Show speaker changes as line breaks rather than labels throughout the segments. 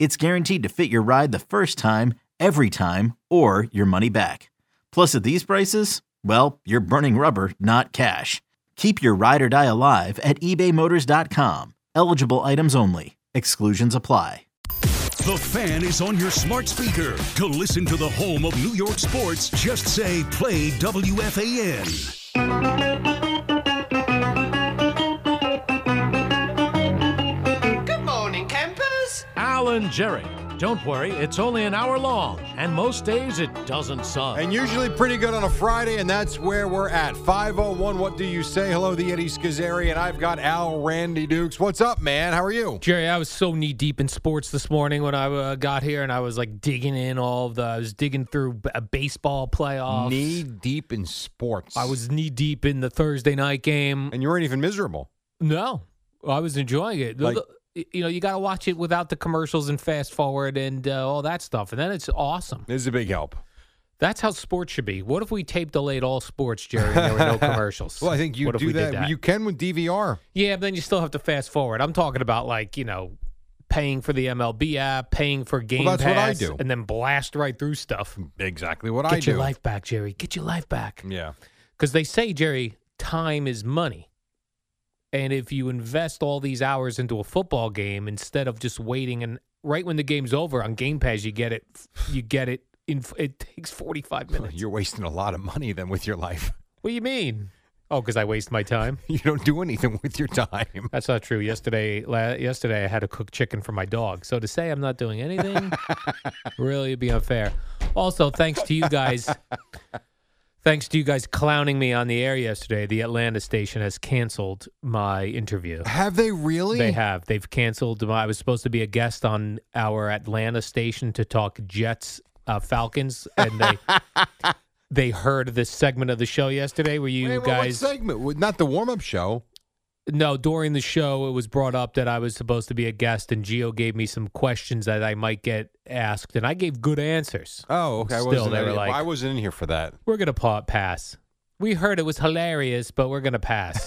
it's guaranteed to fit your ride the first time, every time, or your money back. Plus, at these prices, well, you're burning rubber, not cash. Keep your ride or die alive at ebaymotors.com. Eligible items only. Exclusions apply.
The fan is on your smart speaker. To listen to the home of New York sports, just say play WFAN.
Good morning, campers.
Alan Jerry. Don't worry, it's only an hour long, and most days it doesn't suck.
And usually pretty good on a Friday, and that's where we're at. 501, what do you say? Hello, the Eddie Schizzeri, and I've got Al Randy Dukes. What's up, man? How are you?
Jerry, I was so knee deep in sports this morning when I uh, got here, and I was like digging in all of the. I was digging through b- a baseball playoffs.
Knee deep in sports.
I was knee deep in the Thursday night game.
And you weren't even miserable.
No, I was enjoying it. The-
Like-
the- you know, you got to watch it without the commercials and fast forward and uh, all that stuff, and then it's awesome.
This is a big help.
That's how sports should be. What if we tape delayed all sports, Jerry? And there were no commercials.
Well, I think you
What if
do
we
that.
did
You can with DVR.
Yeah, but then you still have to fast forward. I'm talking about like you know, paying for the MLB app, paying for Game
that's what I
Pass,
do.
and then blast right through stuff. Get
Exactly what I
your
do. Mm.
life back, Jerry. Get your life back.
Yeah.
Because they say, Jerry, time is money. And if you invest all these hours into a football game instead of just waiting and right when the game's over on Game Pass, you get it. You get it. In, it takes 45 minutes.
You're wasting a lot of money then with your life.
What do you mean? Oh, because I waste my time.
You don't do anything with your time.
That's not true. Yesterday, la- yesterday I had to cook chicken for my dog. So to say I'm not doing anything really would be unfair. Also, thanks to you guys, thanks to you guys clowning me on the air yesterday. The Atlanta station has canceled my interview.
Have they really?
They have. They've canceled. My, I was supposed to be a guest on our Atlanta station to talk Jets uh, Falcons, and they they heard this segment of the show yesterday where you
Wait, what-
guys
What segment? Not the warm up show.
no, during the show, it was brought up that I was supposed to be a guest, and Gio gave me some questions that I might get asked, and I gave good answers.
Oh, okay. I
Still,
wasn't,
they
in
were
here-
like-
I wasn't in here for that.
We're gonna pa- pass. We heard it was hilarious, but we're gonna pass.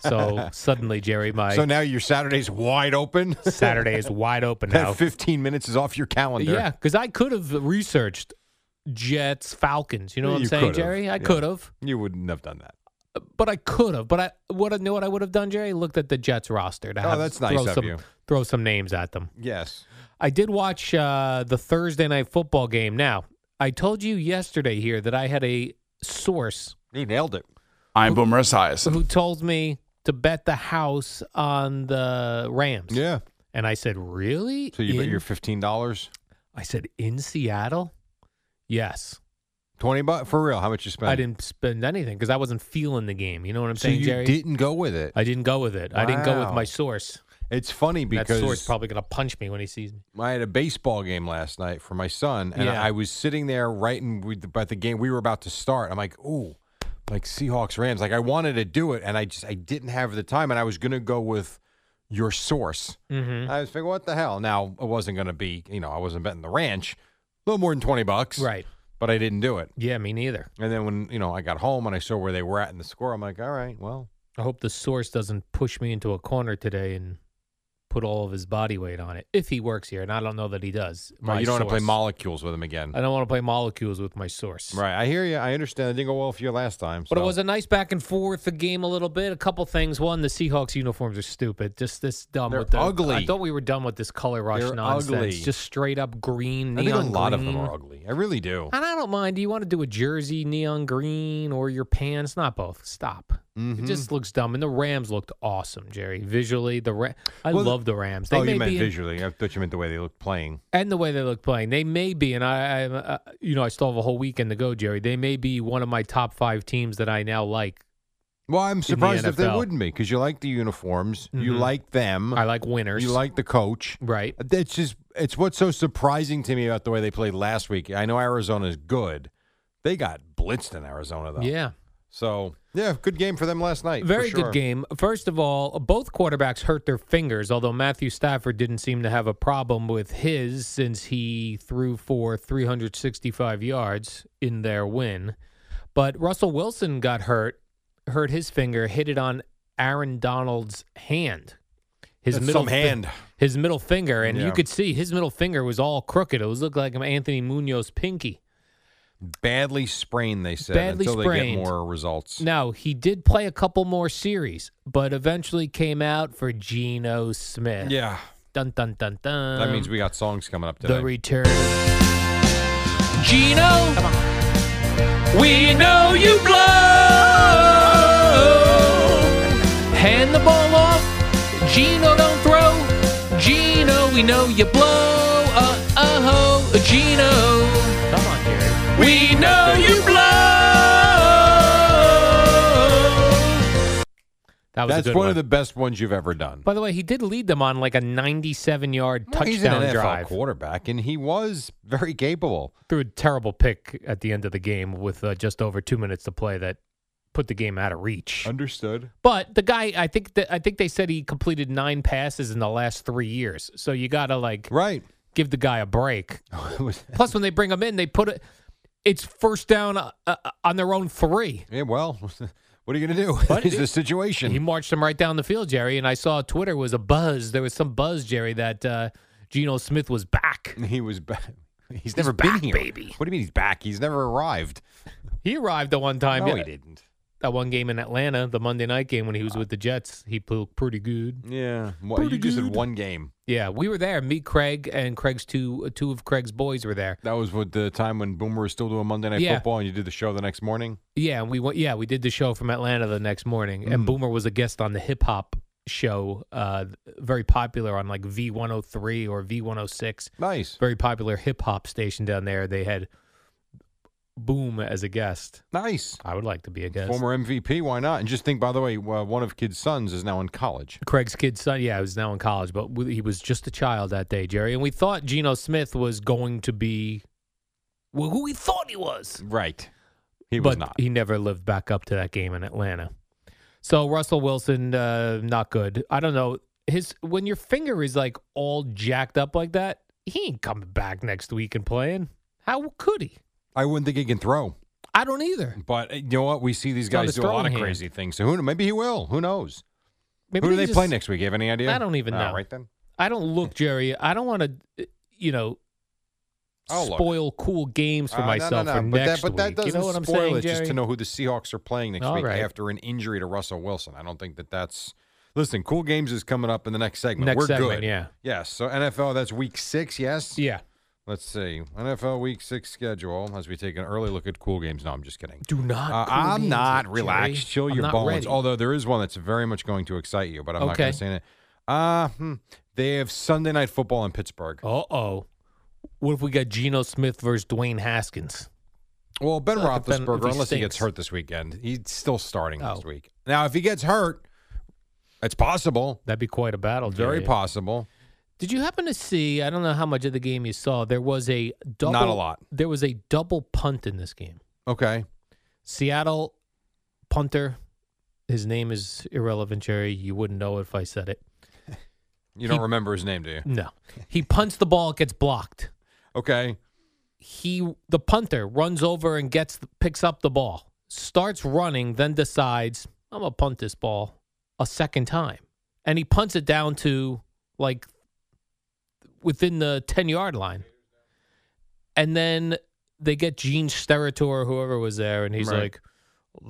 so suddenly, Jerry, my
so now your Saturday's wide open.
Saturday is wide open now.
That 15 minutes is off your calendar.
Yeah, because I could have researched Jets Falcons. You know what
You
I'm saying,
could've,
Jerry? I
yeah.
could have,
You wouldn't have done that.
but I could have. But I what I know what I would have done, Jerry? Looked at the Jets roster. To
Oh,
have-
that's nice
throw
of
some,
you.
Throw some names at them.
Yes.
I did watch uh, the Thursday night football game. Now, I told you yesterday here that I had a source
He nailed it.
I'm Boomer Esiason.
who told me to bet the house on the Rams.
Yeah.
And I said, Really?
So you bet
In-
your fifteen dollars,
I said, In Seattle? Yes.
twenty bucks for real. How much you spent?
I didn't spend anything because I wasn't feeling the game. You know what I'm
So
saying,
you
Jerry?
didn't go with it.
I didn't go with it. I didn't go with
Wow.
my source.
It's funny
that source
because
probably going to punch me when he sees me.
I had a baseball game last night for my son, and
Yeah.
I was sitting there right in with about the game we were about to start. I'm like, ooh, like Seahawks Rams. Like I wanted to do it, and I just I didn't have the time, and I was gonna go with your source.
Mm-hmm.
I was thinking, what the hell? Now it wasn't gonna be, you know, I wasn't betting the ranch, a little more than twenty bucks,
Right.
But I didn't do it.
Yeah, me neither.
And then when you know I got home and I saw where they were at in the score, I'm like, all right, well.
I hope the source doesn't push me into a corner today and put all of his body weight on it if he works here, and I don't know that he does.
Well,
My
you don't want to play
source.
molecules with him again.
I don't want to play molecules with my source.
Right. I hear you. I understand. It didn't go well for you last time.
But it
so-
was a nice back and forth the game a little bit. A couple things. One, the Seahawks uniforms are stupid. Just this dumb.
They're
with the,
ugly.
I thought we were done with this color rush
They're
nonsense.
ugly.
Just straight up green.
I think a
neon
lot of them
green.
are ugly. I really do.
And I don't mind. Do you want to do a jersey neon green or your pants? Not both. Stop.
Mm-hmm.
It just looks dumb. And the Rams looked awesome, Jerry. Visually, the Ra- I
Well,
love the Rams. They
Oh, you
may
meant
be in-
visually. I thought you meant the way they looked playing.
and the way they look playing, they may be, and I, I uh, you know, I still have a whole weekend to go, Jerry. They may be one of my top five teams that I now like.
Well, I'm surprised if they
NFL.
wouldn't be because you like the uniforms, you
Mhm.
like them,
I like winners.
you like the coach.
right?
It's just it's what's so surprising to me about the way they played last week. I know Arizona's good. They got blitzed in Arizona though.
Yeah,
So yeah, good game for them last night. for
very
sure.
good game. First of all, both quarterbacks hurt their fingers, although Matthew Stafford didn't seem to have a problem with his since he threw for 365 yards in their win. But Russell Wilson got hurt, hurt his finger, hit it on Aaron Donald's hand. His
That's
middle
some
fi-
hand.
his middle finger, and
Yeah.
you could see his middle finger was all crooked. It was looked like Anthony Munoz pinky.
Badly sprained, they said.
Badly
until they
sprained.
get more results.
Now he did play a couple more series, but eventually came out for Geno Smith.
Yeah.
Dun dun dun dun.
That means we got songs coming up today.
Um, the return. Gino, we know you blow. Hand the ball off. Gino, don't throw. Gino, we know you blow. Uh oh, Gino. Come on, Jerry. We know you blow. That was a
That's
good
one, of the best ones you've ever done.
By the way, he did lead them on like a 97-yard
Well,
touchdown
He's an NFL
drive.
quarterback, and he was very capable.
threw a terrible pick at the end of the game with uh, just over two minutes to play that put the game out of reach.
Understood.
But the guy, I think that I think they said he completed nine passes in the last three years. So you gotta like
Right.
give the guy a break.
It was-
Plus, when they bring him in, they put it. It's first down uh, uh, on their own three.
yeah, well, what are you going to do?
But
That is
it-
the situation.
He marched them right down the field, Jerry. And I saw Twitter was a buzz. There was some buzz, Jerry, that uh, Geno Smith was back.
He was back. He's never been
back,
here.
baby.
What do you mean he's back? He's never arrived.
He arrived at one time.
no, he didn't.
That one game in Atlanta, the Monday night game when he was with the Jets, he played pretty good.
Yeah. Well, you just had one game.
Yeah, we were there. Me, Craig, and Craig's two two of Craig's boys were there.
That was what the time when Boomer was still doing Monday Night
Yeah.
Football, and you did the show the next morning.
Yeah, and we went. Yeah, we did the show from Atlanta the next morning, and Boomer was a guest on the hip hop show, uh, very popular on like V one hundred three or V one hundred six,
Nice.
very popular hip hop station down there. They had Boom as a guest.
Nice.
I would like to be a guest.
Former MVP. Why not? And just think, by the way, uh, one of kid's sons is now in college.
Craig's kid son, yeah, who's now in college, but we, he was just a child that day, Jerry. And we thought Geno Smith was going to be well, who we thought he was.
Right. He
but
was not.
He never lived back up to that game in Atlanta. So Russell Wilson, uh, not good. I don't know his when your finger is like all jacked up like that. He ain't coming back next week and playing. How could he?
I wouldn't think he can throw.
I don't either.
But uh, you know what? We see these
It's on
guys do
his
a lot
throwing
of
hand.
crazy things. So who? kn- Maybe he will. Who knows?
Maybe
who do they play
just-
next week? You have any idea?
I don't even
All
know.
right then.
I don't look, Jerry. I don't want to, you know,
I'll look.
spoil cool games
Uh,
for
no, no,
myself
no,
for
but that,
next
but that
week.
doesn't
you know what I'm
spoil
saying,
it
Jerry?
just to know who the Seahawks are playing next
All
week
right.
after an injury to Russell Wilson. I don't think that that's. Listen, cool games is coming up in the next segment.
Next
We're
segment,
good.
yeah.
Yes. So NFL, that's week six. Yes.
Yeah.
Let's see NFL week six schedule as we take an early look at cool games. No, I'm just kidding.
Do not.
Uh,
cool
I'm
games,
not
Jerry.
relaxed. Chill
I'm
your
not
bones.
ready.
Although there is one that's very much going to excite you, but I'm not
Okay.
going to say it. Uh, hmm. They have Sunday night football in Pittsburgh.
Uh oh. What if we got Geno Smith versus Dwayne Haskins?
Well, Ben
Well, uh, if Ben- if
Roethlisberger,
he
unless he gets
stinks.
hurt this weekend, he's still starting next
Oh.
week. Now, if he gets hurt, it's possible,
That'd be quite a battle.
very
Jerry.
possible.
Did you happen to see? I don't know how much of the game you saw. There was a double.
Not a lot.
There was a double punt in this game.
Okay,
Seattle punter. His name is irrelevant, Jerry. You wouldn't know if I said it.
you don't
He-
remember his name, do you?
No. He punts the ball, it gets blocked.
Okay,
he the punter runs over and gets picks up the ball, starts running, then decides I'm gonna punt this ball a second time, and he punts it down to like within the 10 yard line. And then they get Gene Steratore, whoever was there, and he's
Right.
like,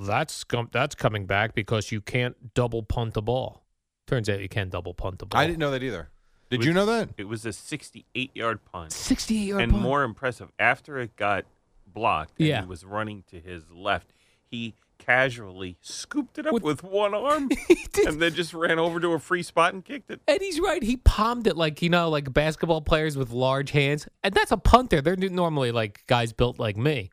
that's, com- that's coming back because you can't double punt the ball. Turns out you can double punt the ball.
I didn't know that either. Did
With-
you know that?
It was a 68 yard punt.
68 yard
and
punt.
more impressive, after it got blocked and
Yeah.
he was running to his left, he casually scooped it up
With-
with, one arm
did.
and then just ran over to a free spot and kicked it.
And he's right. He palmed it like you know, like basketball players with large hands, and that's a punter. They're normally like guys built like me.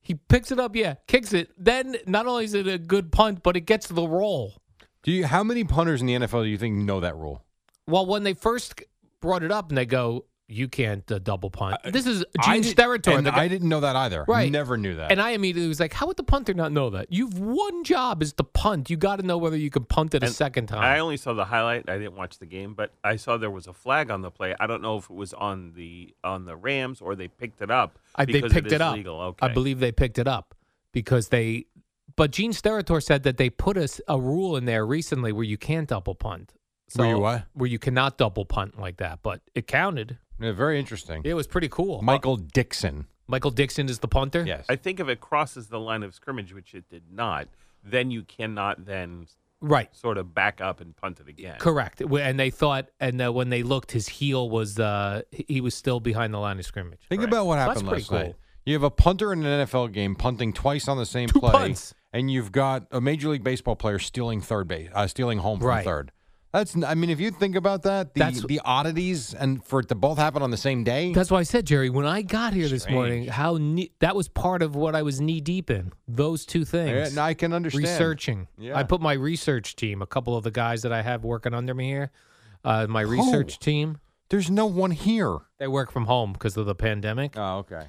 He picks it up, yeah, kicks it. Then not only is it a good punt, but it gets the roll.
Do you? How many punters in the NFL do you think know that rule?
Well, when they first brought it up, and they go, "You can't uh, double punt." This is
I
Gene's
did-
territory.
And
The guy-
I didn't know that either.
Right.
Never knew that.
and I immediately was like, "How would the punter not know that? You've one job is to punt. You got to know whether you can punt it a
And
second time."
I only saw the highlight. I didn't watch the game, but I saw there was a flag on the play. I don't know if it was on the on the Rams or they picked it up.
I, they
because
picked it,
is
up.
Legal.
I
Okay.
believe they picked it up because they. But Gene Steratore said that they put a, s- a rule in there recently where you can't double punt. So,
Where you what?
Where you cannot double punt like that, but it counted.
Yeah, very interesting.
It was pretty cool.
Michael Dixon.
Michael Dixon is the punter.
Yes.
I think if it crosses the line of scrimmage, which it did not, then you cannot then
Right.
sort of back up and punt it again.
Correct. W- And they thought, and uh, when they looked, his heel was uh, he- he was still behind the line of scrimmage.
Think about what
That's
happened
pretty
last
cool.
night. You have a punter in an NFL game punting twice on the same
Two
play,
punts.
and you've got a Major League Baseball player stealing third base, uh, stealing home from
Right.
third. That's. n- I mean, if you think about that, the,
That's-
the oddities, and for it to both happen on the same day.
That's why I said, Jerry, when I got here this
Strange.
morning, how knee, that was part of what I was knee deep in. Those two
Yeah,
things.
and I can understand.
researching.
Yeah.
I put my research team, a couple of the guys that I have working under me here, uh, my
Oh.
research team.
There's no one here.
They work from home because of the pandemic,
Oh, okay.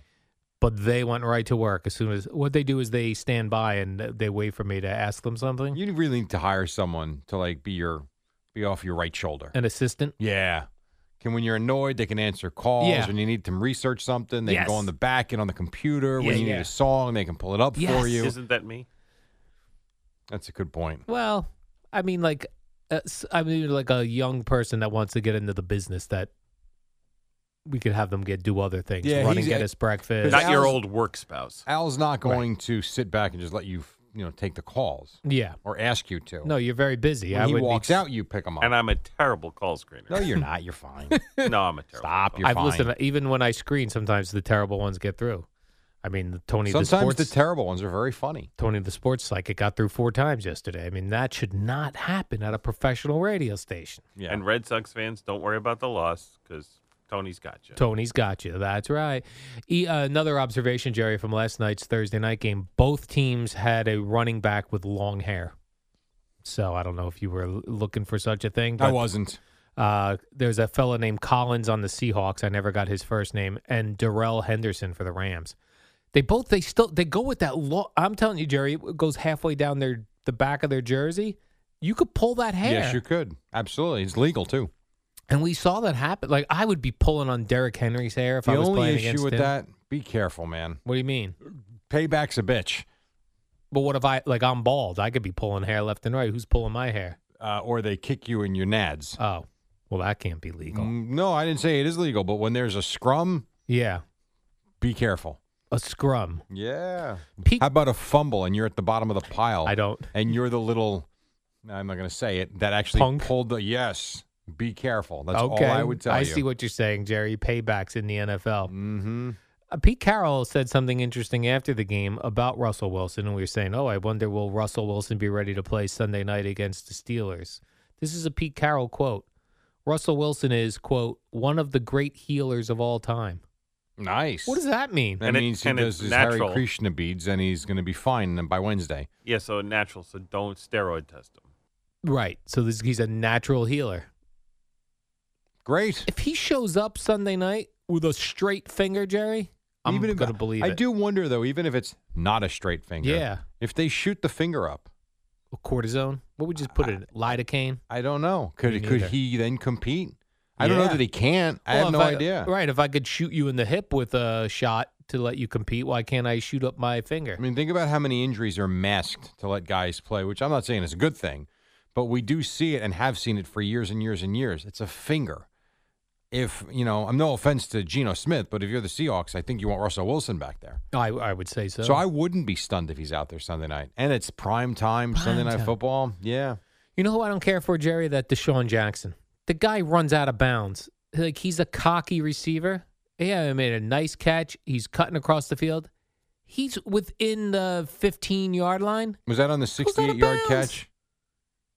but they went right to work as soon as. What they do is they stand by and they wait for me to ask them something.
You really need to hire someone to like be your, be off your right shoulder.
An assistant.
Yeah. Can when you're annoyed, they can answer calls.
Yeah.
When you need to research something, they
Yes.
can go on the back and on the computer.
Yeah,
when you
yeah.
need a song, they can pull it up
Yes.
for you.
Isn't that me?
That's a good point.
Well, I mean, like, uh, s- I mean, like a young person that wants to get into the business that we could have them get do other things,
Yeah,
run and
he's-
get
uh,
us breakfast.
Not your
Al's-
old work spouse.
Al's not going to sit back and just let you, you know, take the calls
yeah.
or ask you to.
No, you're very busy.
when
I
he
would be
walks out, you pick him up.
And I'm a terrible call screener.
no, you're not. You're fine.
No, I'm a terrible.
Stop.
call
You're
I've
fine.
listened. Even when I screen, sometimes the terrible ones get through. I mean, the Tony the
Sometimes
sports
the terrible ones are very funny.
Tony the sports psychic got through four times yesterday. I mean, that should not happen at a professional radio station.
Yeah.
And Red Sox fans, don't worry about the loss because Tony's got you.
Tony's got you. That's right. E, uh, another observation, Jerry, from last night's Thursday night game. Both teams had a running back with long hair. So I don't know if you were l- looking for such a thing.
I
but-
wasn't.
Uh, there's a fellow named Collins on the Seahawks. I never got his first name, and Darrell Henderson for the Rams. They both they still they go with that. Lo- I'm telling you, Jerry, it goes halfway down their the back of their jersey. You could pull that hair,
Yes, you could. Absolutely. It's legal too.
and we saw that happen. Like I would be pulling on Derrick Henry's hair if
the
I was
only
playing
issue
against
with
him.
that, be careful, man.
What do you mean?
Payback's a bitch.
But what if I like I'm bald? I could be pulling hair left and right. Who's pulling my hair?
Uh, or they kick you in your nads.
Oh, well that can't be legal.
Mm, No, I didn't say it is legal, but when there's a scrum,
Yeah,
be careful.
a scrum.
Yeah.
Pete,
How about a fumble and you're at the bottom of the pile?
I don't.
And you're the little, no, I'm not going to say it, that actually
Punk?
pulled the, yes, be careful. That's
okay.
all I would tell
I
you.
see what you're saying, Jerry. Paybacks in the NFL.
Mm-hmm.
Uh, Pete Carroll said something interesting after the game about Russell Wilson, and we were saying, "Oh, I wonder will Russell Wilson be ready to play Sunday night against the Steelers?" This is a Pete Carroll quote. Russell Wilson is quote one of the great healers of all time.
Nice.
What does that mean?
that
And it-
means
and
he
it's
does his Hare
natural.
Krishna beads and he's going to be fine by Wednesday.
Yeah, so natural. So don't steroid test him.
Right. So this, he's a natural healer.
Great.
If he shows up Sunday night with a straight finger, Jerry, I'm
Even if-
gonna believe
I
it.
do wonder, though, even if it's not a straight finger.
Yeah.
If they shoot the finger up,
Cortisone. What would you just put it? in? Lidocaine.
I don't know.
Me
Could could
neither.
he then compete? I don't know
Yeah.
that he can't. I
Well,
have
if
no idea.
Right. If I could shoot you in the hip with a shot to let you compete, why can't I shoot up my finger?
I mean, think about how many injuries are masked to let guys play, which I'm not saying is a good thing, but we do see it and have seen it for years and years and years. It's a finger. If you know, I'm no offense to Geno Smith, but if you're the Seahawks, I think you want Russell Wilson back there.
I, I would say so.
So I wouldn't be stunned if he's out there Sunday night. And it's prime time Sunday night football. Yeah.
you know who I don't care for, Jerry? That Deshaun Jackson. The guy runs out of bounds. Like he's a cocky receiver. Yeah, he made a nice catch. He's cutting across the field. He's within the 15 yard line.
Was that on the
out of
68 yard
bounds.
catch?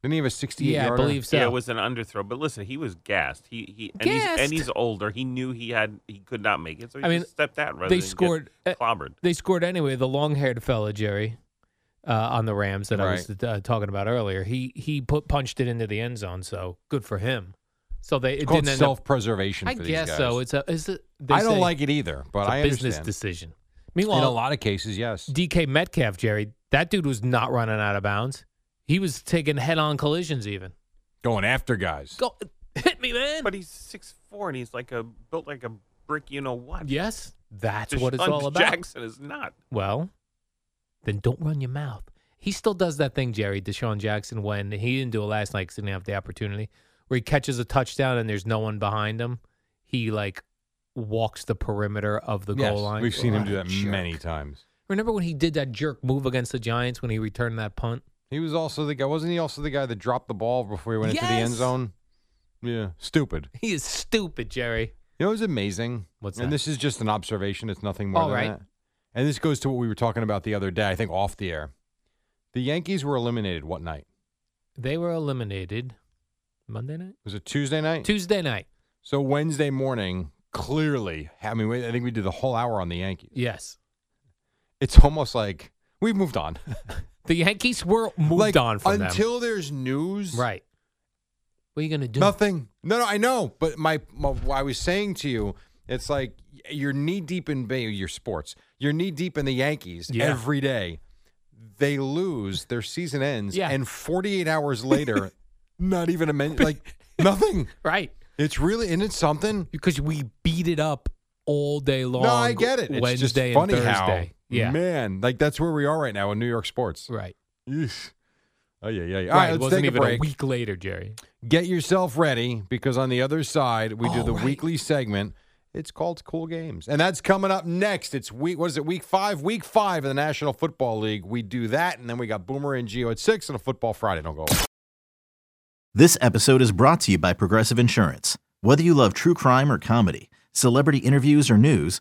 Didn't he have a 68
Yeah, I
yarder?
believe so.
yeah, it was an underthrow. But listen, he was gassed. He he and, He's,
Gassed.
and he's older. He knew he had he could not make it, so he
I mean,
just stepped out. Rather
they
than get
scored- uh,
clobbered.
They scored anyway. The long-haired fella Jerry uh, on the Rams that I was uh, talking about earlier. He he put punched it into the end zone. So good for him. So they
It's
it
called
didn't end up.
self preservation.
I guess so. It's a. It's a they
I don't
say
like it either, but
it's a
I
business
understand.
decision.
In a
Meanwhile,
lot of cases, yes.
DK Metcalf, Jerry, that dude was not running out of bounds. He was taking head-on collisions. Even
Going after guys.
go hit me, man.
But he's six four and he's like a built like a brick. You know what?
yes, that's
Deshaun
what it's all about.
Jackson is not.
Well, then don't run your mouth. He still does that thing, Jerry Deshaun Jackson, when he didn't do it last night because he didn't have the opportunity, where he catches a touchdown and there's no one behind him. He like walks the perimeter of the
Yes,
goal line.
We've seen him
What
do
a
that
jerk.
many times.
Remember when he did that jerk move against the Giants when he returned that punt?
He was also the guy. Wasn't he also the guy that dropped the ball before he went into the end
Yes.
zone? Yeah. Stupid.
He is stupid, Jerry.
You know, it's amazing.
What's
and
that?
this is just an observation. It's nothing more
All
than
right.
that. And this goes to what we were talking about the other day. I think off the air, the Yankees were eliminated. What night?
They were eliminated Monday night,
Was it Tuesday night?
Tuesday night.
so Wednesday morning, clearly. I mean, we- I think we did the whole hour on the Yankees.
Yes,
It's almost like we've moved on.
the Yankees were moved
like,
on from them.
until there's news.
Right. What are you gonna do?
Nothing. No, no, I know. But my, my what I was saying to you, it's like you're knee deep in ba- your sports. You're knee deep in the Yankees
Yeah.
every day. They lose, their season ends,
Yeah.
and 48 hours later, not even a minute, like nothing.
Right.
It's really, isn't it something?
because we beat it up all day long.
No, I get it. It's
Wednesday
just
and
funny
Thursday.
how,
yeah,
man, like that's where we are right now in New York sports.
right.
Yeesh. Oh yeah, yeah. yeah. All
right.
right,
it
let's
wasn't
take a
even
break.
week later, Jerry.
Get yourself ready because on the other side we do
Oh,
the
right.
weekly segment. It's called Cool Games, and that's coming up next. It's week what is it? Week five, week five of the National Football League. We do that, and then we got Boomer and Geo at six and a Football Friday. Don't go. away.
This episode is brought to you by Progressive Insurance. Whether you love true crime or comedy, celebrity interviews or news,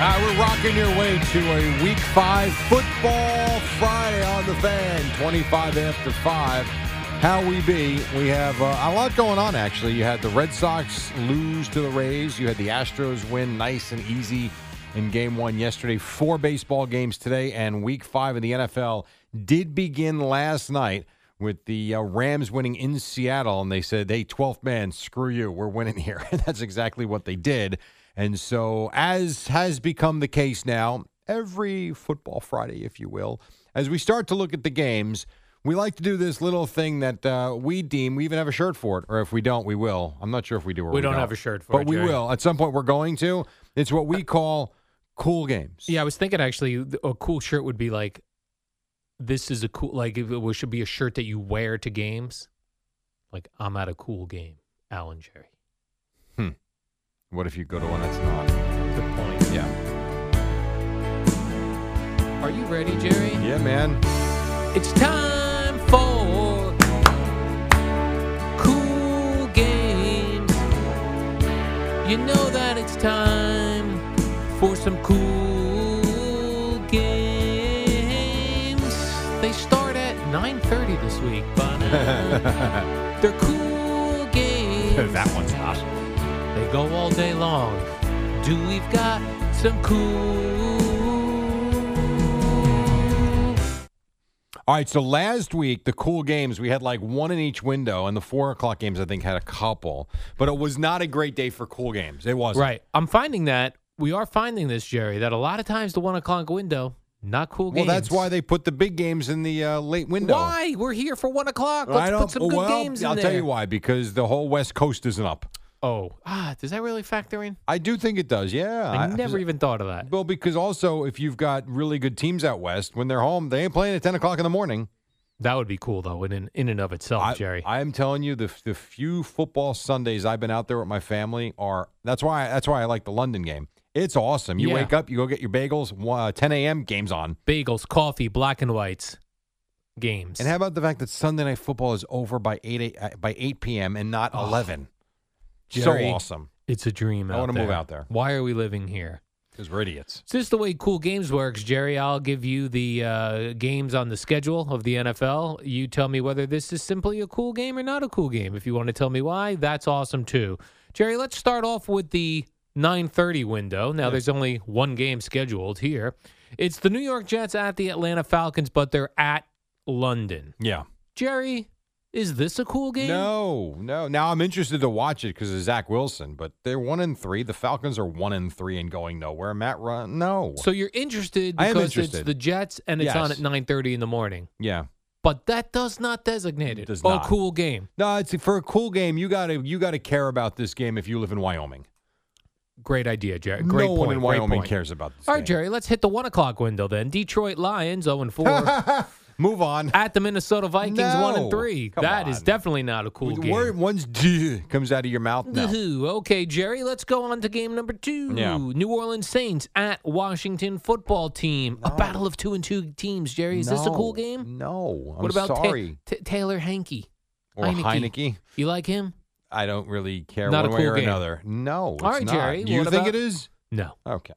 All right, we're rocking your way to a week five football Friday on the fan, 25 after five. How we be? We have uh, a lot going on, actually. You had the Red Sox lose to the Rays, you had the Astros win nice and easy in game one yesterday. Four baseball games today, and week five of the NFL did begin last night with the uh, Rams winning in Seattle, and they said, "Hey, 12th man, screw you, we're winning here." And that's exactly what they did. And so, as has become the case now, every football Friday, if you will, as we start to look at the games, we like to do this little thing that uh, we deem. We even have a shirt for it, or if we don't, we will. I'm not sure if we do or we,
We don't have a shirt for
but
it,
we
Jerry.
will at some point. We're going to. It's what we call cool games.
Yeah, I was thinking actually, th- a cool shirt would be like, this is a cool like it w- should be a shirt that you wear to games. Like I'm at a cool game, Alan Jerry.
What if you go to one that's not?
Good point.
Yeah.
Are you ready, Jerry?
Yeah, man.
It's time for cool games. You know that it's time for some cool games. They start at 9:30 this week, but uh, they're cool games.
that one's not.
They go all day long. Do we've got some cool
All right, so last week the cool games we had like one in each window, and the four o'clock games I think had a couple, but it was not a great day for cool games. It wasn't.
Right. I'm finding that we are finding this, Jerry, that a lot of times the one o'clock window, not cool
Well,
games.
that's why they put the big games in the uh, late window.
Why? We're here for one o'clock.
I
Let's
don't.
put some good
well,
games in
I'll
there.
tell you why because the whole West Coast isn't up.
Oh, ah, does that really factor in?
I do think it does. Yeah,
I never even thought of that.
Well, because also if you've got really good teams out west, when they're home, they ain't playing at ten o'clock in the morning.
That would be cool, though, in in, in and of itself,
I,
Jerry.
am telling you, the the few football Sundays I've been out there with my family are that's why that's why I like the London game. It's awesome. You
Yeah.
wake up, you go get your bagels. uh, wa- 10 a.m. games on.
Bagels, coffee, black and whites, games.
And how about the fact that Sunday night football is over by eight, eight uh, by eight p.m. and not
Oh,
eleven?
Jerry.
so awesome
it's a dream.
I
out
wanna move
there.
out there.
Why are we living here?
because we're idiots.
Is this the way cool games works, Jerry? I'll give you the uh, games on the schedule of the NFL. You tell me whether this is simply a cool game or not a cool game. If you want to tell me why, that's awesome too. Jerry, let's start off with the 9:30 window. Now there's only one game scheduled here. It's the New York Jets at the Atlanta Falcons, but they're at London.
Yeah.
Jerry, is this a cool game?
No, no. Now I'm interested to watch it because of Zach Wilson, but they're one and three. The Falcons are one and three and going nowhere. Matt Ryan, no.
So you're interested
I am
because
interested.
it's the Jets and it's on at
Yes.
9:30 in the morning.
yeah,
But that does not designate it.
Does
a
not.
cool game.
no. It's for a cool game. You gotta, you gotta care about this game if you live in Wyoming.
Great idea, Jerry. Great
no
point.
one in
great
Wyoming
point.
cares about this.
All right,
game.
Jerry, let's hit the one o'clock window then. Detroit Lions 0 and 4
Move on.
at the Minnesota Vikings 1
No.
and 3.
Come
That is
on.
definitely not a cool game.
Word- one's d comes out of your mouth now.
Woohoo. Okay, Jerry, let's go on to game number two.
Yeah.
New Orleans Saints at Washington football team. A battle of two and two teams, Jerry. Is this a cool
No,
game?
No. I'm
what about Ta-
sorry?
Ta- Taylor Hanke?
or Heineke.
Heineke? You like him?
I don't really care
Not
one
a
way
cool
or
game.
another. No. it's
All right,
not.
Jerry,
You
what
think
about-
it is?
No.
Okay.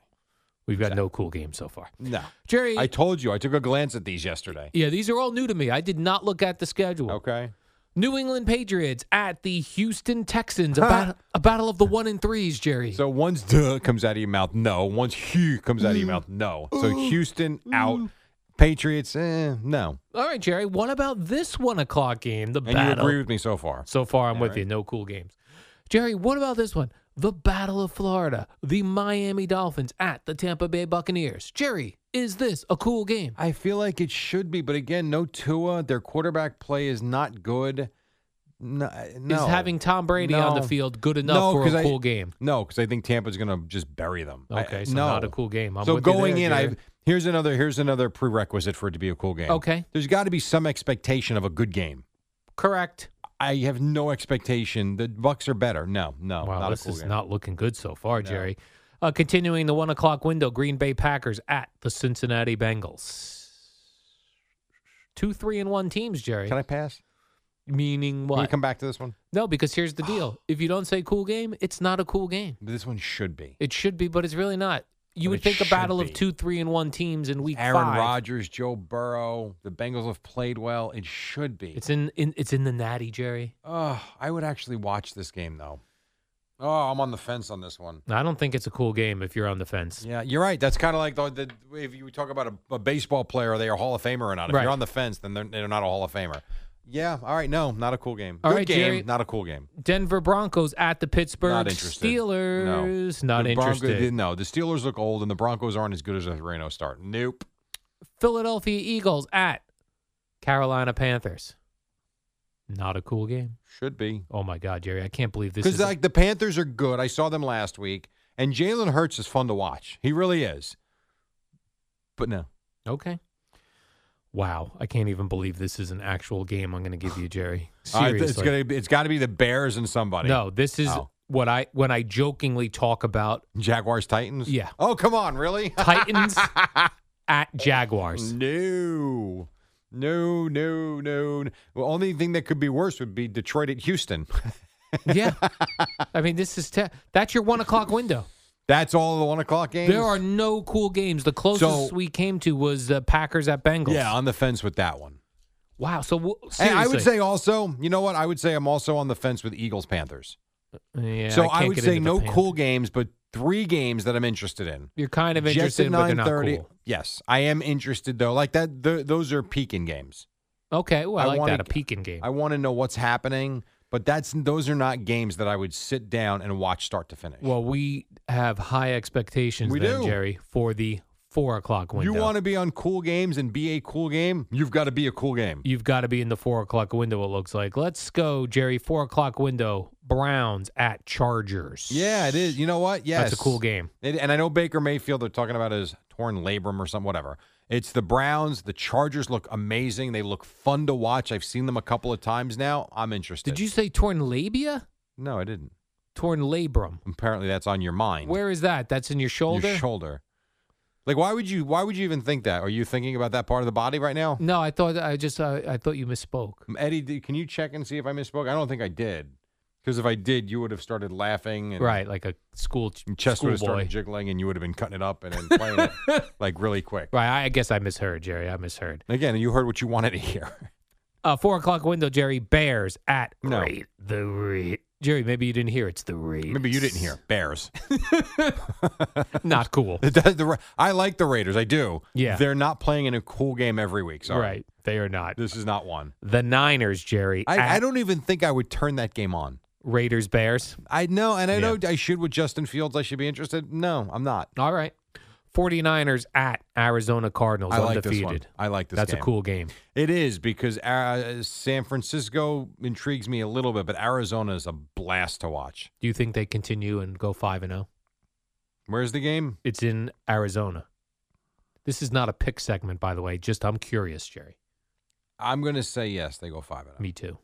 We've got no cool game so far.
No.
Jerry,
I told you. I took a glance at these yesterday.
yeah, these are all new to me. I did not look at the schedule.
Okay.
New England Patriots at the Houston Texans. A,
Huh?
bat- a battle of the one and threes, Jerry.
So once duh comes out of your mouth, no. Once hugh comes out of your mouth, no. So Houston out. Patriots, eh, no.
All right, Jerry. What about this one o'clock game? The
And you
battle.
agree with me so far.
so far, I'm with you. No cool games. Jerry, what about this one? The Battle of Florida. The Miami Dolphins at the Tampa Bay Buccaneers. Jerry, is this a cool game?
I feel like it should be, but again, no Tua. Their quarterback play is not good. No, no.
Is having Tom Brady on the
No.
field good enough
No,
for
'cause
a
I-
cool game?
No, because I think Tampa's going to just bury them. I-
Okay, so
no.
not a cool game. I'm
so
with you
going
there,
in, I
Jerry.
here's another here's another prerequisite for it to be a cool game.
Okay.
there's got to be some expectation of a good game.
Correct.
I have no expectation. The Bucks are better. No, no,
Wow,
not
this
a cool
is
game.
not looking good so far, Jerry. Uh, continuing the one o'clock window, Green Bay Packers at the Cincinnati Bengals. Two, three, and one teams, Jerry.
Can I pass?
Meaning
Can you
what?
come back to this one?
no, because here's the deal: if you don't say cool game, it's not a cool game.
This one should be.
It should be, but it's really not. You
But
would
it
think a
should
battle
be.
of two, three, and one teams in week
Aaron
five.
Rodgers, Joe Burrow, the Bengals have played well. It should be.
It's in, in it's in the natty, Jerry.
Oh, I would actually watch this game though. Oh, I'm on the fence on this one.
I don't think it's a cool game if you're on the fence.
Yeah, you're right. That's kind of like the, the if you talk about a, a baseball player, are they a Hall of Famer or not? If
Right.
you're on the fence, then they're, they're not a Hall of Famer. Yeah. All right. No, not a cool game.
All
Good
right,
game,
Jerry.
not a cool game.
Denver Broncos at the Pittsburgh
not interested.
Steelers.
No.
Not
The Broncos-
interested.
no, the Steelers look old, and the Broncos aren't as good as a Reno start. Nope.
Philadelphia Eagles at Carolina Panthers. Not a cool game.
Should be
Oh my God, Jerry, I can't believe this
because
is. a-
like the Panthers are good. I saw them last week, and Jalen Hurts is fun to watch. He really is. But no.
okay. Wow, I can't even believe this is an actual game. I'm going to give you, Jerry.
All right,
Seriously,
it's gonna be, it's got to be the Bears and somebody.
no. This is
Oh.
what I when I jokingly talk about
Jaguars Titans.
Yeah.
Oh come on, really?
Titans at Jaguars.
No. No, no, no. Well, only thing that could be worse would be Detroit at Houston.
Yeah, I mean this is te- that's your one o'clock window.
That's all the one o'clock games.
There are no cool games. The closest
So-
we came to was uh, Packers at Bengals.
yeah on the fence with that one.
Wow. So w-
Hey, I would
seriously.
say also, you know what? I would say I'm also on the fence with Eagles Panthers.
Uh, Yeah,
so
I,
I,
can't
would
get
say
into the
no
Panthers.
cool games, but three games that I'm interested in.
You're kind of
Jets
interested,
at
but they're not
9:30.
cool.
Yes, I am interested though. Like that, th- those are peaking games.
Okay, well, I,
I
like
wanna-
that. A peeking game.
I want to know what's happening, but that's those are not games that I would sit down and watch start to finish.
well, we have high expectations
We
then,
do.
Jerry, for the four o'clock window.
you want to be on cool games and be a cool game. You've got to be a cool game.
You've got to be in the four o'clock window. It looks like. Let's go, Jerry. Four o'clock window. Browns at Chargers.
Yeah, it is. You know what? Yes,
that's a cool game.
It, and I know Baker Mayfield, they're talking about his torn labrum or something, whatever. It's the Browns. The Chargers look amazing. They look fun to watch. I've seen them a couple of times now. I'm interested.
Did you say torn labia?
No, I didn't.
Torn labrum.
Apparently, that's on your mind.
Where is that? That's in your shoulder.
Your shoulder. Like, why would you? Why would you even think that? Are you thinking about that part of the body right now?
no, I thought I just uh, I thought you misspoke.
Eddie, did- can you check and see if I misspoke? I don't think I did. Because if I did, you would have started laughing. And
Right, like a school
Your chest would have
schoolboy.
started jiggling, and you would have been cutting it up and then playing it like really quick.
Right, I I guess I misheard, Jerry. I misheard.
Again, you heard what you wanted to hear.
Uh, four o'clock window, Jerry. Bears at
No.
Ra- the Ra- Jerry, maybe you didn't hear. It's the Raiders.
Maybe you didn't hear Bears.
Not cool.
It does- the Ra- I like the Raiders. I do.
Yeah.
They're not playing in a cool game every week. Sorry.
Right, they are not.
This is not one.
The Niners, Jerry.
I, I
at
don't even think I would turn that game on.
Raiders Bears.
I know, and I know I should with Justin Fields. I should be interested. No, I'm not.
All right. 49ers at Arizona Cardinals.
I like this
undefeated.
one. I like this.
That's a
game.
cool game.
It is because uh, San Francisco intrigues me a little bit, but Arizona is a blast to watch.
Do you think they continue and go five and zero?
Where's the game?
It's in Arizona. This is not a pick segment, by the way. Just I'm curious, Jerry.
I'm going to say yes. They go five and oh.
Me too.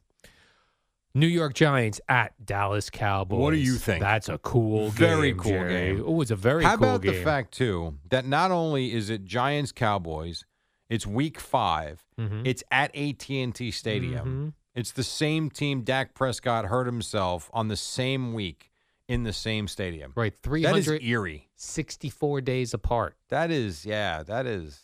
New York Giants at Dallas Cowboys.
What do you think?
That's a cool
Very
game.
cool
Jerry.
game.
Oh, it's a very
How
cool
about
game.
the fact too that not only is it Giants Cowboys, it's Week Five.
Mhm.
It's at AT and T Stadium.
Mhm.
It's the same team Dak Prescott hurt himself on the same week in the same stadium.
Right,
That is
364
eerie.
days apart.
That is yeah. That is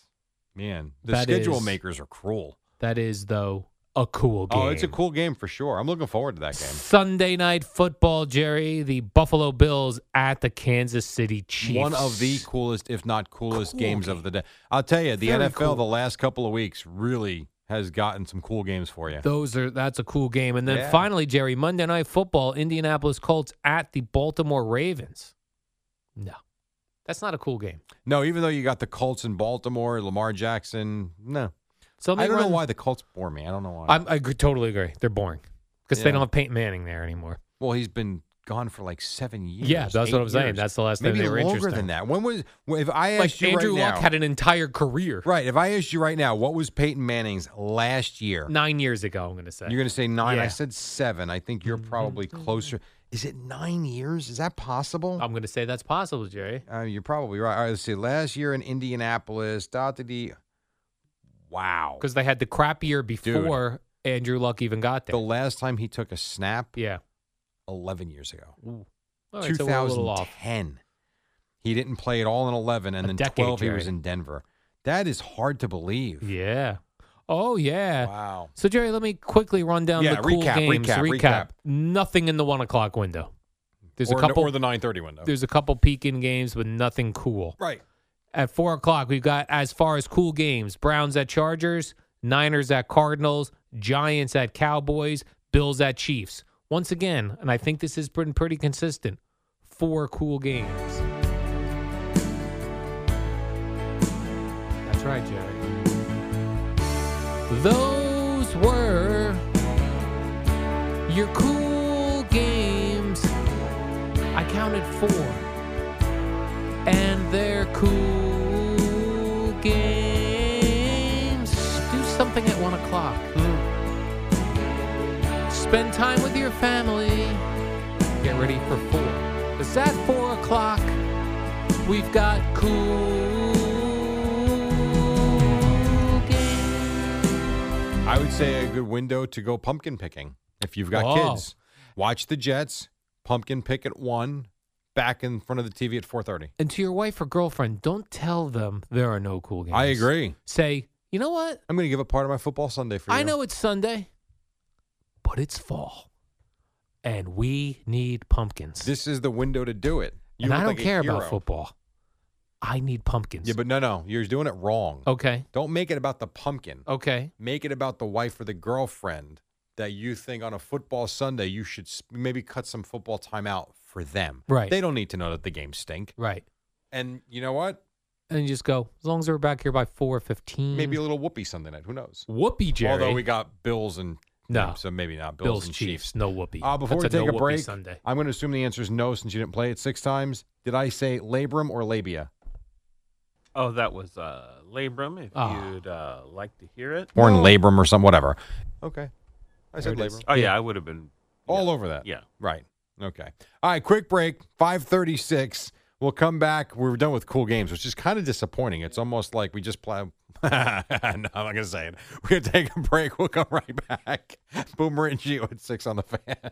man. The
That
schedule
is-
makers are cruel.
That is, though, a cool game.
Oh, it's a cool game for sure. I'm looking forward to that game.
Sunday night football, Jerry. The Buffalo Bills at the Kansas City Chiefs.
One of the coolest, if not coolest, games of the day. I'll tell you, the
Very
NFL
cool.
the last couple of weeks really has gotten some cool games for you.
Those are that's a cool game. And then
Yeah.
finally, Jerry, Monday night football, Indianapolis Colts at the Baltimore Ravens. No. That's not a cool game.
No, even though you got the Colts in Baltimore, Lamar Jackson, no.
So let me
I don't know
run-
why the Colts bore me. I don't know why.
I'm, I agree- totally agree. They're boring because they
Yeah.
don't have Peyton Manning there anymore.
well, he's been gone for like seven years.
Yeah, that's what
eight
I'm saying.
years.
That's the last time
Maybe
they were
longer
interesting.
than that. When was if I asked
Like
you
Andrew
right
Luck
now?
had an entire career
right, if I asked you right now, what was Peyton Manning's last year?
nine years ago. I'm going to say.
You're going to say nine. I
Yeah. Mm-hmm.
said seven. I think you're probably closer. Is it nine years? Is that possible?
I'm going to say that's possible, Jerry.
Uh, you're probably right. All right, let's see. Last year in Indianapolis, dot to D. Wow.
Because they had the crap year before Andrew Luck even got there.
The last time he took a snap,
yeah.
11 years ago.
Ooh. All right, so we're Oh, a little off.
2010. He didn't play at all in 11, and
A
then
decade,
12, he was
Jerry.
in Denver. That is hard to believe.
Yeah. Oh yeah.
Wow.
So Jerry, let me quickly run down
Yeah,
the cool
recap,
games.
recap, recap.
Nothing in the one o'clock window. There's
or,
a
n-
couple.
or the 930 window.
there's a couple peeking games, but nothing cool.
Right.
At four o'clock, we've got as far as cool games: Browns at Chargers, Niners at Cardinals, Giants at Cowboys, Bills at Chiefs. Once again, and I think this has been pretty consistent. Four cool games. That's right, Jerry. Those were your cool games. I counted four and their cool games. Do something at one o'clock. Hmm. Spend time with your family. Get ready for four. It's at four o'clock. We've got cool games.
I would say a good window to go pumpkin picking if you've got
Wow.
kids. Watch the Jets, pumpkin pick at 1, back in front of the TV at 430.
And to your wife or girlfriend, don't tell them there are no cool games.
I agree.
Say, you know what?
I'm going to give up part of my football Sunday for you.
I know it's Sunday, but it's fall, and we need pumpkins.
This is the window to do it. You
and I
look
don't
like a
care about
hero.
football. I need pumpkins.
Yeah, but no, no, you're doing it wrong.
okay,
Don't make it about the pumpkin.
okay.
Make it about the wife or the girlfriend that you think on a football Sunday you should s- maybe cut some football time out for them.
Right.
They don't need to know that the games stink.
Right.
And you know what?
And you just go, as long as we're back here by 4.15.
Maybe a little whoopee Sunday night. Who knows?
whoopee, Jerry.
Although we got Bills and
No.
so maybe not Bills,
Bills,
and
Chiefs,
Chiefs.
no whoopee.
Uh, before
That's
we
a no
take a
whoopee
break,
Sunday.
I'm going to assume the answer is no since you didn't play it six times. Did I say labrum or labia?
Oh, that was uh, labrum. If
Ah.
you'd uh, like to hear it.
Or in labrum or something, whatever. Okay. I said
There it is. Uh,
labrum.
Oh yeah, I would have been
All
yeah.
over that.
Yeah.
Right. Okay. All right. Quick break. Five thirty-six. We'll come back. We're done with cool games, which is kind of disappointing. It's almost like we just play. no, I'm not gonna say it. We're gonna take a break. We'll come right back. Boomer and Geo at six on the fan.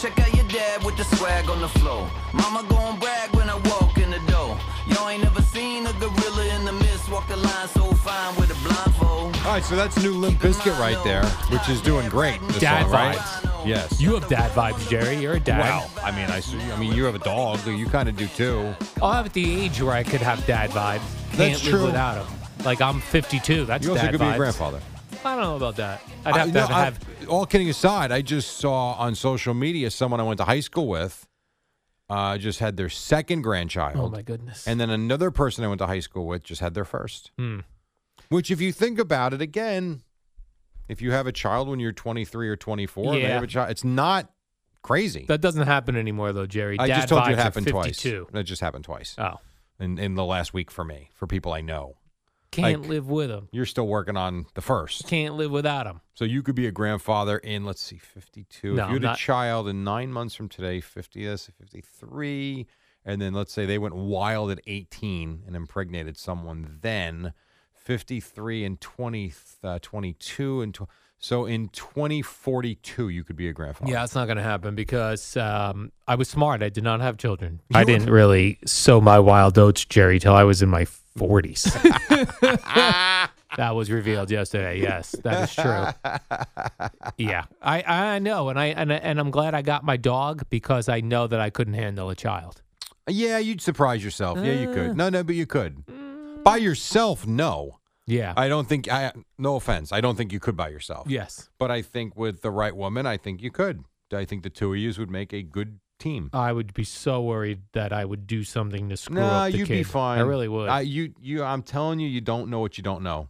Check out your dad with the swag on the floor. Mama gon' brag when I walk in the door. Y'all ain't never seen a gorilla in the mist walk the line so fine with a blindfold.
All right. So that's new Limp Biscuit right there, which is doing great. This
Dad
song, right?
vibes.
Yes.
You have dad vibes, Jerry. You're a dad.
Wow. I mean, I. see- I mean, you have a dog. so You kind of do too.
I'll have at the age where I could have dad vibes. Can't
That's
live
true.
without them. Like I'm 52. That's
You also
dad
could be
vibes.
a grandfather.
I don't know about that. I'd have
I-
to
no, I-
have.
all kidding aside, I just saw on social media someone I went to high school with uh, just had their second grandchild.
oh my goodness.
And then another person I went to high school with just had their first.
Hmm.
Which, if you think about it again, if you have a child when you're 23 or 24, and they
Yeah.
have a child, it's not crazy.
that doesn't happen anymore though, Jerry.
I
dad
just told
vibes
you it
are
happened twice.
52.
It just happened twice
Oh,
in, in the last week for me, for people I know.
can't
Like-
live with them.
You're still working on the first.
Can't live without them.
So you could be a grandfather in let's see, fifty-two.
No,
if you
I'm
had a
not-
child in nine months from today, fifty, that's fifty-three, and then let's say they went wild at eighteen and impregnated someone, then fifty-three and 20, uh, twenty-two, and tw- so in twenty forty-two you could be a grandfather.
Yeah, it's not going to happen because um, I was smart. I did not have children. I didn't really sow my wild oats, Jerry, till I was in my 40s. that was revealed yesterday. Yes, that is true. Yeah, I, I know, and I and I- and I'm glad I got my dog because I know that I couldn't handle a child.
yeah, you'd surprise yourself. Yeah, you
Uh.
could. No, no, but you could. By yourself, no.
Yeah.
I don't think. I no offense. I don't think you could by yourself.
yes,
But I think with the right woman, I think you could. I think the two of you would make a good team.
I would be so worried that I would do something to screw
nah,
up the
you'd
kid.
be fine.
I really would.
I, you, you. I'm telling you, you don't know what you don't know.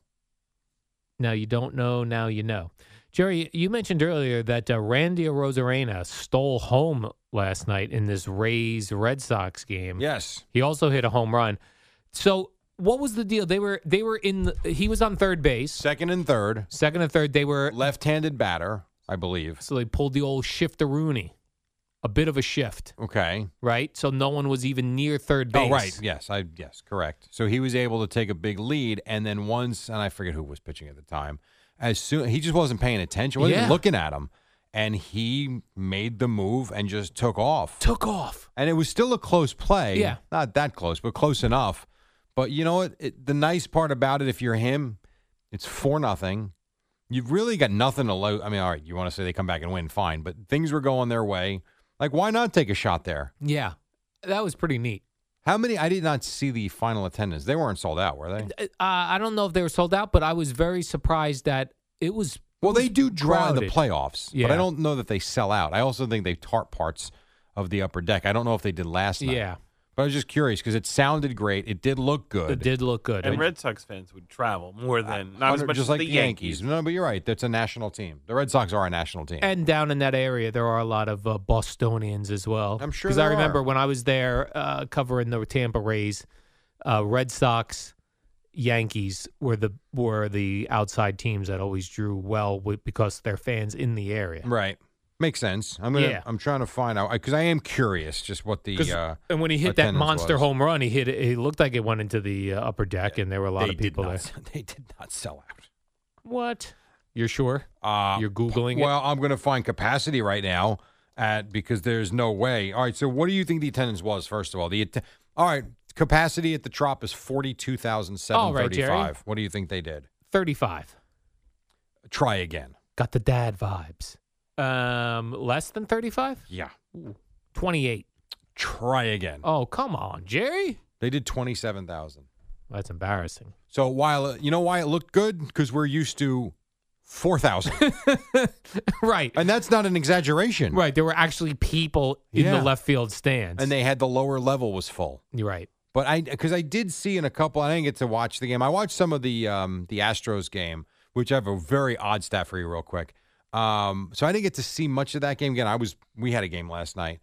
Now you don't know. Now you know. Jerry, you mentioned earlier that uh, Randy Rosarena stole home last night in this Rays Red Sox game.
Yes.
He also hit a home run. So what was the deal? They were they were in. The, he was on third base,
Second and third,
second and third. They were
left-handed batter, I believe.
so they pulled the old shift Rooney, a bit of a shift,
Okay.
right? So no one was even near third base.
Oh, right. Yes. I yes. Correct. So he was able to take a big lead, and then once, and I forget who was pitching at the time. As soon he just wasn't paying attention, wasn't even
Yeah.
looking at him, and he made the move and just took off.
Took off.
And it was still a close play.
Yeah.
Not that close, but close enough. But you know what? It, the nice part about it, if you're him, it's for nothing. You've really got nothing to lose. I mean, all right, you want to say they come back and win, fine. But things were going their way. Like, why not take a shot there?
Yeah, that was pretty neat.
How many? I did not see the final attendance. They weren't sold out, were they?
Uh, I don't know if they were sold out, but I was very surprised that it was.
Well, they do draw in the
crowded.
playoffs, but I
Yeah.
don't know that they sell out. I also think they tarp parts of the upper deck. I don't know if they did last night.
Yeah,
But I was just curious because it sounded great. It did look good.
it did look good.
And Red Sox fans would travel more than not as
Under-
much
just
as
like
the Yankees.
No, but you're right. That's a national team. The Red Sox are a national team.
And down in that area, there are a lot of uh, Bostonians as well.
I'm sure
Because I
there
remember
are.
when I was there uh, covering the Tampa Rays, uh, Red Sox, Yankees were the were the outside teams that always drew well with, because they're fans in the area.
right. Makes sense. I'm gonna.
Yeah.
I'm trying to find out because I am curious just what the.
'Cause-
Uh,
and when he hit that
attendance
monster
was.
home run, he hit. It, it looked like it went into the uh, upper deck, and there were a lot
They
of
did
people
not
there.
sell- they did not sell out.
What? You're sure?
Uh,
You're googling it?
Well, I'm going to find capacity right now at because there's no way. All right. So, what do you think the attendance was? First of all, the att- all right capacity at the Trop is forty two thousand
All
seven
Oh, right,
thirty
Jerry.
five. What do you think they did?
Thirty-five.
Try again.
Got the dad vibes. Um, less than thirty-five.
Yeah.
Twenty-eight.
Try again.
Oh, come on, Jerry.
They did twenty seven thousand.
That's embarrassing.
So while it- you know why it looked good because we're used to four thousand,
right.
and that's not an exaggeration.
Right. There were actually people in
Yeah.
the left field stands.
And they had the lower level was full.
You're right.
But I because I did see in a couple. I didn't get to watch the game. I watched some of the um, the Astros game, which I have a very odd stat for you, real quick. Um, so I didn't get to see much of that game again. I was we had a game last night,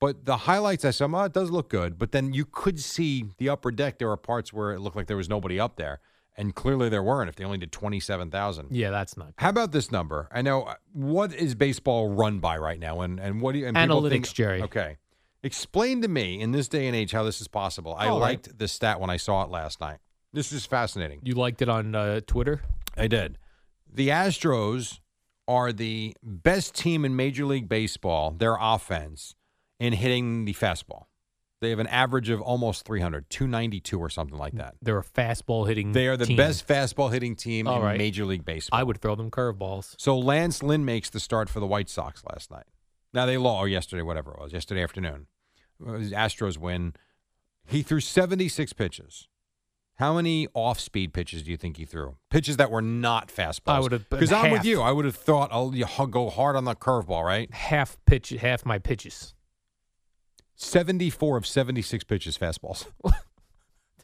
but the highlights I saw, oh, it does look good. But then you could see the upper deck. There were parts where it looked like there was nobody up there, and clearly there weren't. If they only did twenty seven thousand.
Yeah, that's not.
How about this number? I know uh, what is baseball run by right now, and and what do you and people think-
Analytics, Jerry.
Okay, explain to me in this day and age how this is possible. I
All right.
liked this stat when I saw it last night. This is fascinating.
You liked it on uh, Twitter?
I did. The Astros are the best team in Major League Baseball. Their offense in hitting the fastball. They have an average of almost 300, 292 or something like that.
They're a fastball hitting.
They are the
Mm-hmm. team.
best fastball hitting team
All
in
right.
Major League Baseball.
I would throw them curveballs.
So Lance Lynn makes the start for the White Sox last night. Now they lost or yesterday, whatever it was, yesterday afternoon. Uh, Astros win. He threw 76 pitches. How many off-speed pitches do you think he threw? Pitches that were not fastballs.
I would have been
because I'm with
half.
you. I would have thought I'll you h- go hard on the curveball, right?
Half pitch, half my pitches.
74 of 76 pitches fastballs.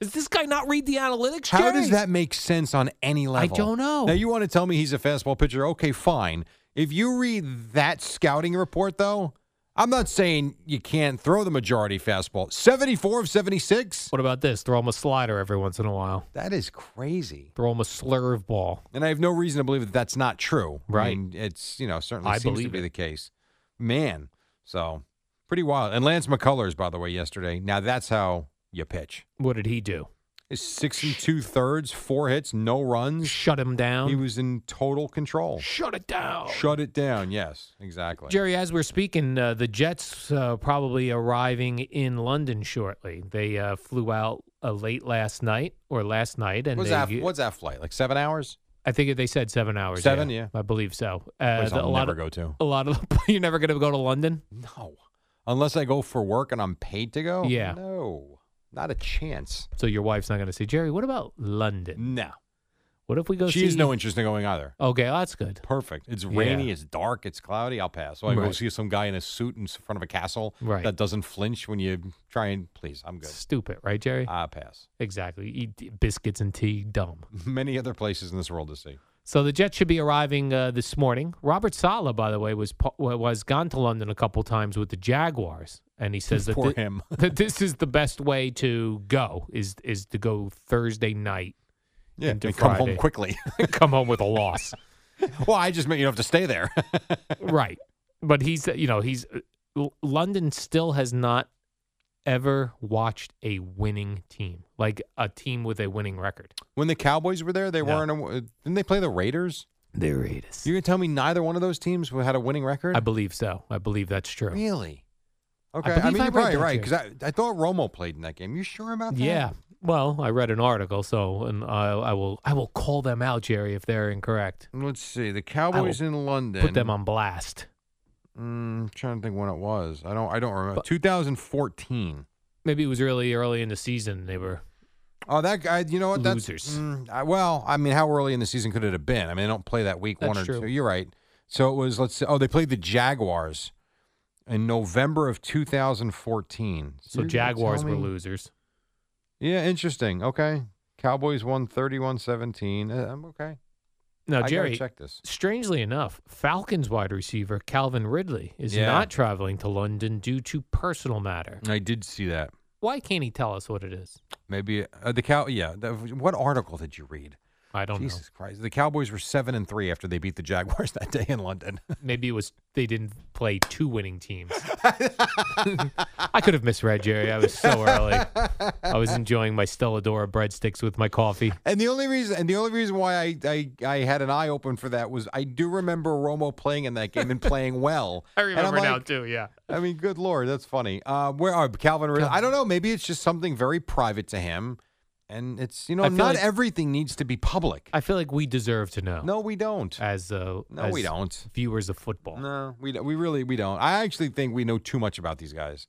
Does this guy not read the analytics?
How
Jerry?
does that make sense on any level?
don't know.
Now you want to tell me he's a fastball pitcher? Okay, fine. If you read that scouting report, though, I'm not saying you can't throw the majority fastball. 74 of 76.
What about this? Throw him a slider every once in a while.
That is crazy.
Throw him a slurve ball.
And I have no reason to believe that that's not true. I
Right.
mean, it's you know certainly
I
seems to
believe
be
it.
the case. Man, so pretty wild. And Lance McCullers, by the way, yesterday. Now that's how you pitch.
What did he do?
It's six and two thirds, four hits, no runs.
Shut him down.
He was in total control.
Shut it down.
Shut it down. Yes, exactly.
Jerry, as we're speaking, uh, the Jets uh, probably arriving in London shortly. They uh, flew out uh, late last night or last night, and
what's,
they,
that, what's that flight? Like seven hours?
I think they said seven hours.
Seven, yeah.
I believe so. Uh,
Place
the-
I'll
a lot
never
of,
go to.
A lot of you're never going to go to London.
No. Unless I go for work and I'm paid to go?
Yeah.
No. Not a chance.
So your wife's not going to say, Jerry. What about London?
No.
What if we go?
She has
see-
no interest in going either.
Okay, that's good.
Perfect. It's rainy,
Yeah.
it's dark, it's cloudy. I'll pass. So I go
Right.
see some guy in a suit in s- front of a castle
Right.
that doesn't flinch when you try and please. I'm good.
Stupid, right, Jerry?
I pass.
exactly. Eat d- biscuits and tea. Dumb.
Many other places in this world to see.
So the Jets should be arriving uh, this morning. Robert Sala, by the way, was pa- wa- was gone to London a couple times with the Jaguars, and he says that,
Poor
thi-
him.
that this is the best way to go is is to go Thursday night,
Yeah,
Into
and come home
Friday.
quickly.
and come home with a loss,
well, I just meant you don't have to stay there.
right? But he's you know he's uh, L- London still has not ever watched a winning team like a team with a winning record.
when the Cowboys were there, they
No.
weren't. A, didn't they play the Raiders?
The Raiders.
You're gonna tell me neither one of those teams had a winning record?
I believe so. I believe that's true.
really? Okay, I,
believe
mean you're
I read
probably
that,
right
Jay.
because I, I thought Romo played in that game. You sure about that?
Yeah. Well, I read an article, so and I, I will I will call them out, Jerry, if they're incorrect.
Let's see. The Cowboys
will
in London.
Put them on blast.
Mm, trying to think when it was. I don't. I don't remember.
But-
2014.
Maybe it was really early in the season. They were
Oh, that guy. You know what? That's
Losers.
mm, I, well. I mean, how early in the season could it have been? I mean, they don't play that week one or
That's true.
two. You're right. So it was. Let's. Say, oh, they played the Jaguars in November of 2014.
so
You're gonna
Jaguars
tell
were
me-
losers.
Yeah, interesting. Okay. Cowboys won 31-17. Uh, I'm okay. I
Now,
gotta
Jerry,
check this.
strangely enough, Falcons wide receiver Calvin Ridley is
Yeah.
not traveling to London due to personal matter.
I did see that.
Why can't he tell us what it is?
Maybe uh, the cow. Yeah. The, what article did you read?
I don't
Jesus Christ. The Cowboys were 7 and 3 after they beat the Jaguars that day in London.
know. Maybe it was they didn't play two winning teams. I could have misread Jerry. I was so early. I was enjoying my Stelladora breadsticks with my coffee.
And the only reason, and the only reason why I, I, I had an eye open for that was I do remember Romo playing in that game and playing well.
I
And I'm
remember now
like,
too. Yeah.
I mean, good lord, that's funny. Uh, where are Calvin? Ridley- I don't know. Maybe it's just something very private to him, and it's you know
I feel
not
like-
everything needs to be public.
I feel like we deserve to know.
No, we don't.
As uh,
No, we
as
don't.
Viewers of football.
No, we don't- we really we don't. I actually think we know too much about these guys.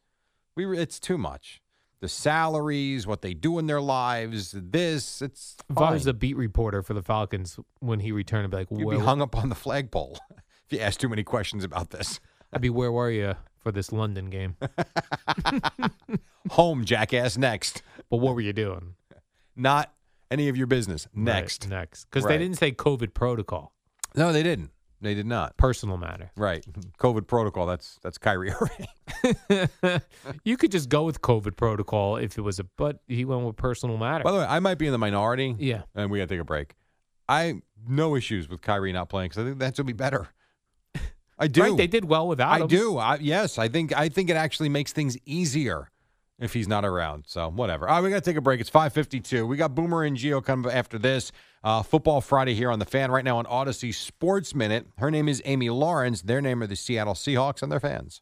We re- it's too much. The salaries, what they do in their lives, this it's
If I
fine.
was a beat reporter for the Falcons when he returned, I'd be like,
You'd
where,
be hung up on the flagpole if you ask too many questions about this.
I'd be, where were you for this London game?
Home, jackass. Next,
but what were you doing?
not any of your business.
Right,
Next,
next. Because
Right.
they didn't say COVID protocol,
no, they didn't. They did not.
personal matter.
Right. COVID protocol. That's that's Kyrie Irving.
you could just go with COVID protocol if it was a, but he went with personal matter.
By the way, I might be in the minority.
yeah.
And we got to take a break. I no issues with Kyrie not playing because I think that's will be better. I do.
Right? They did well without
I
him.
do. I, yes, I think I think it actually makes things easier if he's not around. So whatever. All right, we got to take a break. It's five fifty two. We got Boomer and Geo coming after this. Uh, Football Friday here on the Fan right now on Odyssey Sports Minute. Her name is Amy Lawrence. Their name are the Seattle Seahawks and their fans.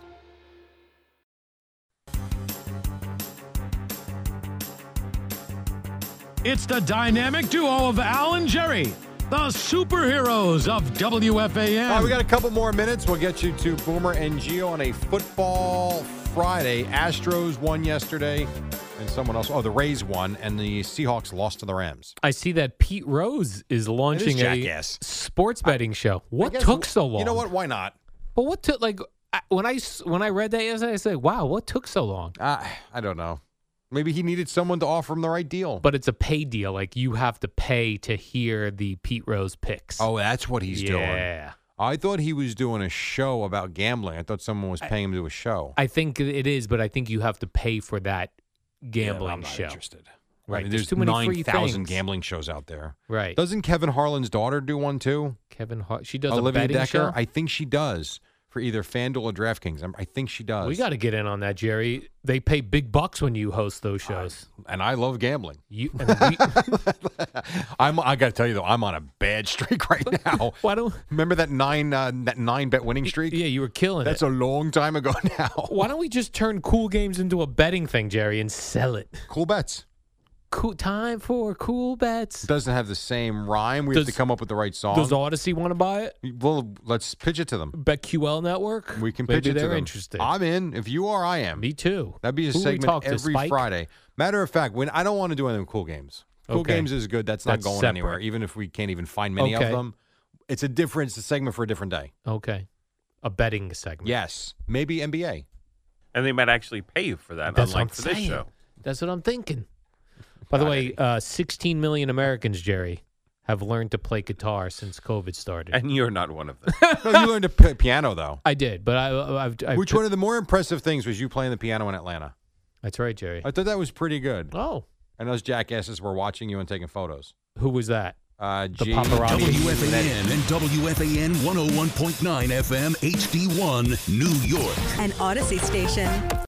It's the dynamic duo of Al and Jerry, the superheroes of WFAN.
All right, we
Mm.
got a couple more minutes. We'll get you to Boomer and Geo on a football Friday. Astros won yesterday, and someone else. Oh, the Rays won, and the Seahawks lost to the Rams.
I see that Pete Rose is launching a
jackass.
sports betting show. What
I guess-
took so long?
You know what? Why not?
But what took like I- when I s- when I read that yesterday, I said, "Wow, what took so long?"
Uh, I don't know. Maybe he needed someone to offer him the right deal.
But it's a pay deal; like you have to pay to hear the Pete Rose picks.
oh, that's what he's doing.
Yeah.
I thought he was doing a show about gambling. I thought someone was paying him to do a show.
I think it is, but I think you have to pay for that gambling
I'm not
show.
interested.
Right,
I mean,
there's
there's
too many free
nine thousand
things.
gambling shows out there.
Right.
Doesn't Kevin Harlan's daughter do one too?
Kevin Hart. She does a
Olivia
betting
Decker.
show.
I think she does for either FanDuel or DraftKings. I'm- I think she does.
we got to get in on that, Jerry. They pay big bucks when you host those shows.
and I love gambling.
you and we,
I'm. I got to tell you though, I'm on a bad streak right now.
why don't?
Remember that nine uh, that nine bet winning streak?
Yeah, you were killing
That's
it.
a long time ago now.
why don't we just turn cool games into a betting thing, Jerry, and sell it?
Cool bets
Cool time for cool bets.
doesn't have the same rhyme. We have to
Does-
come up with the right song.
Does Odyssey want to buy it?
well, let's pitch it to them.
BetQL Network.
We can
Maybe
pitch it
they're
to them.
interested.
I'm in. If you are, I am.
Me too.
That'd be a
Who we
segment
talk to,
every
Spike?
Friday. Matter of fact, when I don't want to do anything with cool games. Cool
Okay.
games is good. That's not
That's
going anywhere.
separate.
Even if we can't even find many of
Okay.
them, it's a different. It's a segment for a different day.
Okay, a betting segment.
Yes, maybe NBA.
and they might actually pay you for that,
That's what I'm
unlike for this
saying.
show.
That's what I'm thinking. By the way, uh, 16 million Americans, Jerry, have learned to play guitar since COVID started.
And you're not one of them.
no, you learned to play piano though.
I did, but I, I've, I've
Which one of the more impressive things was you playing the piano in Atlanta?
That's right, Jerry.
I thought that was pretty good.
oh,
And those jackasses were watching you and taking photos.
who was that?
Uh,
The
G-
paparazzi.
WFAN and WFAN 101.9 FM HD1, New York.
An Odyssey station.